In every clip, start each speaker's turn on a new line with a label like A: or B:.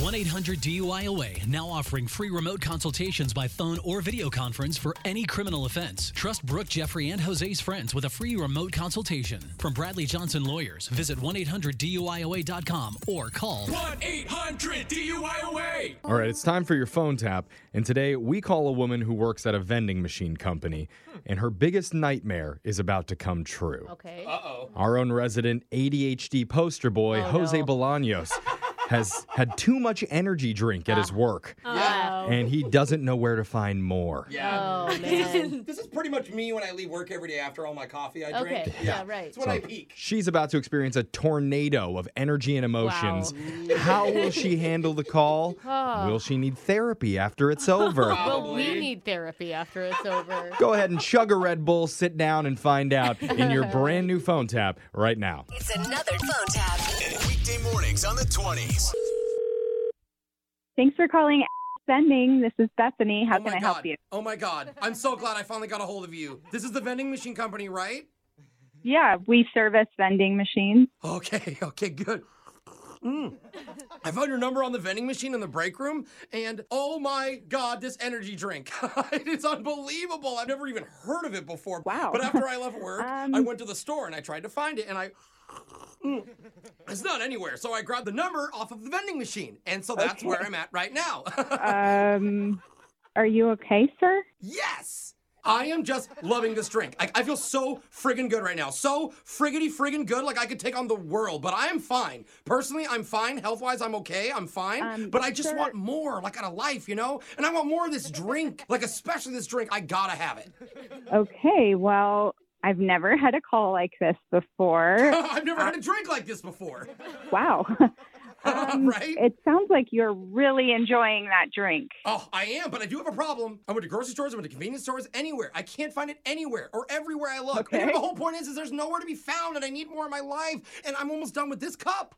A: 1 800 DUIOA now offering free remote consultations by phone or video conference for any criminal offense. Trust Brooke, Jeffrey, and Jose's friends with a free remote consultation. From Bradley Johnson Lawyers, visit 1 800 DUIOA.com or call
B: 1 800 DUIOA.
C: All right, it's time for your phone tap. And today we call a woman who works at a vending machine company, and her biggest nightmare is about to come true.
D: Okay.
C: Our own resident ADHD poster boy, Jose Bolaños, has had too much energy drink at his work,
D: Oh,
C: and he doesn't know where to find more.
E: Yeah.
D: oh, man.
E: This is pretty much me when I leave work every day after all my coffee I drink.
D: Okay. Yeah, right.
E: It's when I peak.
C: She's about to experience a tornado of energy and emotions. How will she handle the call? Will she need therapy after it's over?
D: Well, we
E: Probably.
D: need therapy after it's over.
C: Go ahead and chug a Red Bull, sit down, and find out in your brand new phone tap right now.
F: It's another phone tap.
G: Weekday mornings on the 20s.
H: Thanks for calling Spending. This is Bethany. How
E: oh
H: can
E: my
H: I
E: god.
H: help you?
E: Oh my god. I'm so glad I finally got a hold of you. This is the vending machine company, right?
H: Yeah, we service vending machines.
E: Okay, okay, good. Mm. I found your number on the vending machine in the break room, and oh my god, this energy drink. it is unbelievable. I've never even heard of it before.
H: Wow.
E: But after I left work,
H: Um.
E: I went to the store and I tried to find it, and I. Mm. It's not anywhere, so I grabbed the number off of the vending machine, and so that's where I'm at right now.
H: Um, are you okay, sir?
E: Yes! I am just loving this drink. I, I feel so friggin' good right now. So friggity friggin' good, like I could take on the world, but I am fine. Personally, I'm fine. Health wise, I'm okay. I'm fine.
H: Um,
E: but I just
H: sir-
E: want more, like out of life, you know? And I want more of this drink, like especially this drink. I gotta have it.
H: Okay, well, I've never had a call like this before.
E: I've never had a drink like this before.
H: Wow. Um,
E: Right?
H: It sounds like you're really enjoying that drink.
E: Oh, I am, but I do have a problem. I went to grocery stores, I went to convenience stores, anywhere. I can't find it anywhere or everywhere I look. You know,
H: Okay.
E: the whole point is, is there's nowhere to be found, and I need more in my life, and I'm almost done with this cup.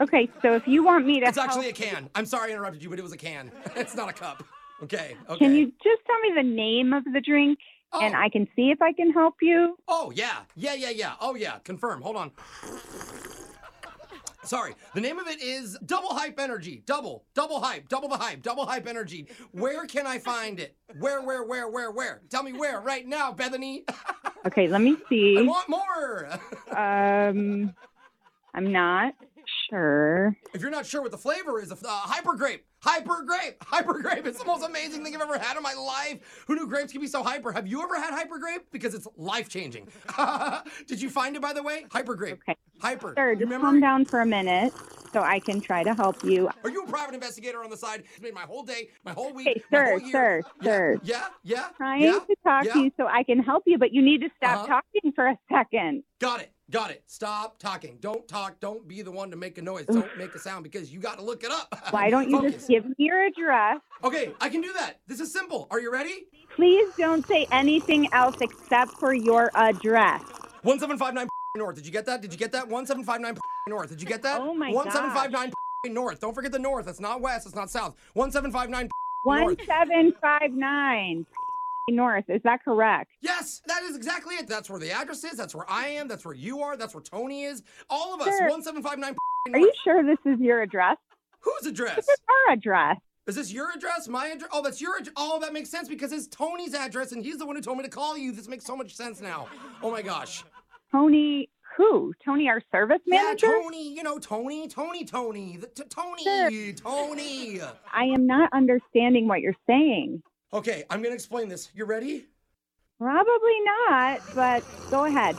H: Okay, so if you want me to
E: It's
H: help,
E: actually a can. I'm sorry I interrupted you, but it was a can. It's not a cup. Okay. Okay.
H: can you just tell me the name of the drink and
E: Oh.
H: I can see if I can help you?
E: Oh yeah, yeah, yeah, yeah. Oh yeah. Confirm. Hold on. Sorry. The name of it is Double Hype Energy. Double, double hype, double the hype, double hype energy. Where can I find it? Where, where, where, where, where? Tell me where right now, Bethany.
H: Okay, let me
E: I
H: see.
E: want more.
H: Um, I'm not sure.
E: If you're not sure what the flavor is, uh, hyper grape, hyper grape, hyper grape. It's the most amazing thing I've ever had in my life. Who knew grapes could be so hyper? Have you ever had hyper grape? Because it's life changing. Did you find it by the way? Hyper grape.
H: Okay.
E: Hyper.
H: Sir,
E: you
H: just
E: remember?
H: calm down for a minute so I can try to help you.
E: Are you a private investigator on the side? It's made my whole day, my whole week,
H: Hey,
E: my
H: sir,
E: whole
H: sir,
E: year.
H: sir.
E: Yeah, yeah.
H: Trying
E: yeah,
H: to talk
E: yeah.
H: to you so I can help you, but you need to stop
E: Uh-huh.
H: talking for a second.
E: Got it. Got it. Stop talking. Don't talk. Don't be the one to make a noise. Don't make a sound because you got to look it up.
H: Why don't you
E: Focus.
H: just give me your address?
E: Okay, I can do that. This is simple. Are you ready?
H: Please don't say anything else except for your address.
E: 1759 North. Did you get that? Did you get that? 1759 North. Did you get that?
H: Oh my
E: 1759 North. Don't forget the North. That's not West. That's not South. 1759 North.
H: 1759 North. Is that correct?
E: Yes, that is exactly it. That's where the address is. That's where I am. That's where you are. That's where Tony is. All of us.
H: Sure.
E: 1759
H: Are you sure this is your address?
E: Whose address?
H: Our address.
E: Is this your address? My address? Oh, that's your address. Oh, that makes sense because it's Tony's address and he's the one who told me to call you. This makes so much sense now. Oh my gosh.
H: Tony, who? Tony, our service manager?
E: Yeah, Tony. You know, Tony, Tony, Tony. The, t- Tony, Tony.
H: I am not understanding what you're saying.
E: Okay, I'm gonna explain this. You ready?
H: Probably not, but go ahead.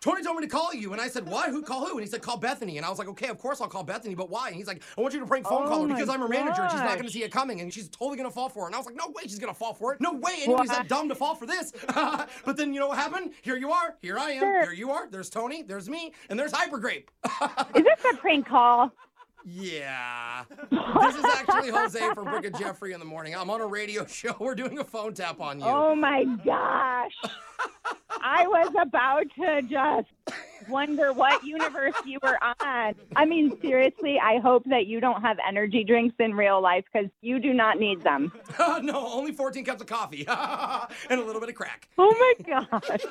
E: Tony told me to call you, and I said, "What? Who call who?" And he said, "Call Bethany." And I was like, "Okay, of course I'll call Bethany, but why?" And he's like, "I want you to prank phone
H: Oh
E: call her
H: my
E: because I'm her manager, and she's not
H: gosh.
E: gonna see it coming, and she's totally gonna fall for it." And I was like, "No way, she's gonna fall for it. No way, anybody's that
H: What?
E: dumb to fall for this." but then you know what happened? Here you are. Here I am.
H: Sure.
E: Here you are. There's Tony. There's me. And there's Hypergrape.
H: Is this a prank call?
E: yeah. this is actually Jose from Brick and Jeffrey in the morning. I'm on a radio show. We're doing a phone tap on you.
H: Oh my gosh. I was about to just wonder what universe you were on. I mean, seriously, I hope that you don't have energy drinks in real life because you do not need them.
E: no, only 14 cups of coffee and a little bit of crack.
H: Oh my gosh.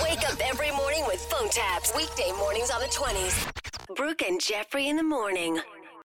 F: Wake up every morning with phone taps. Weekday mornings on the 20s. Brooke and Jeffrey in the morning.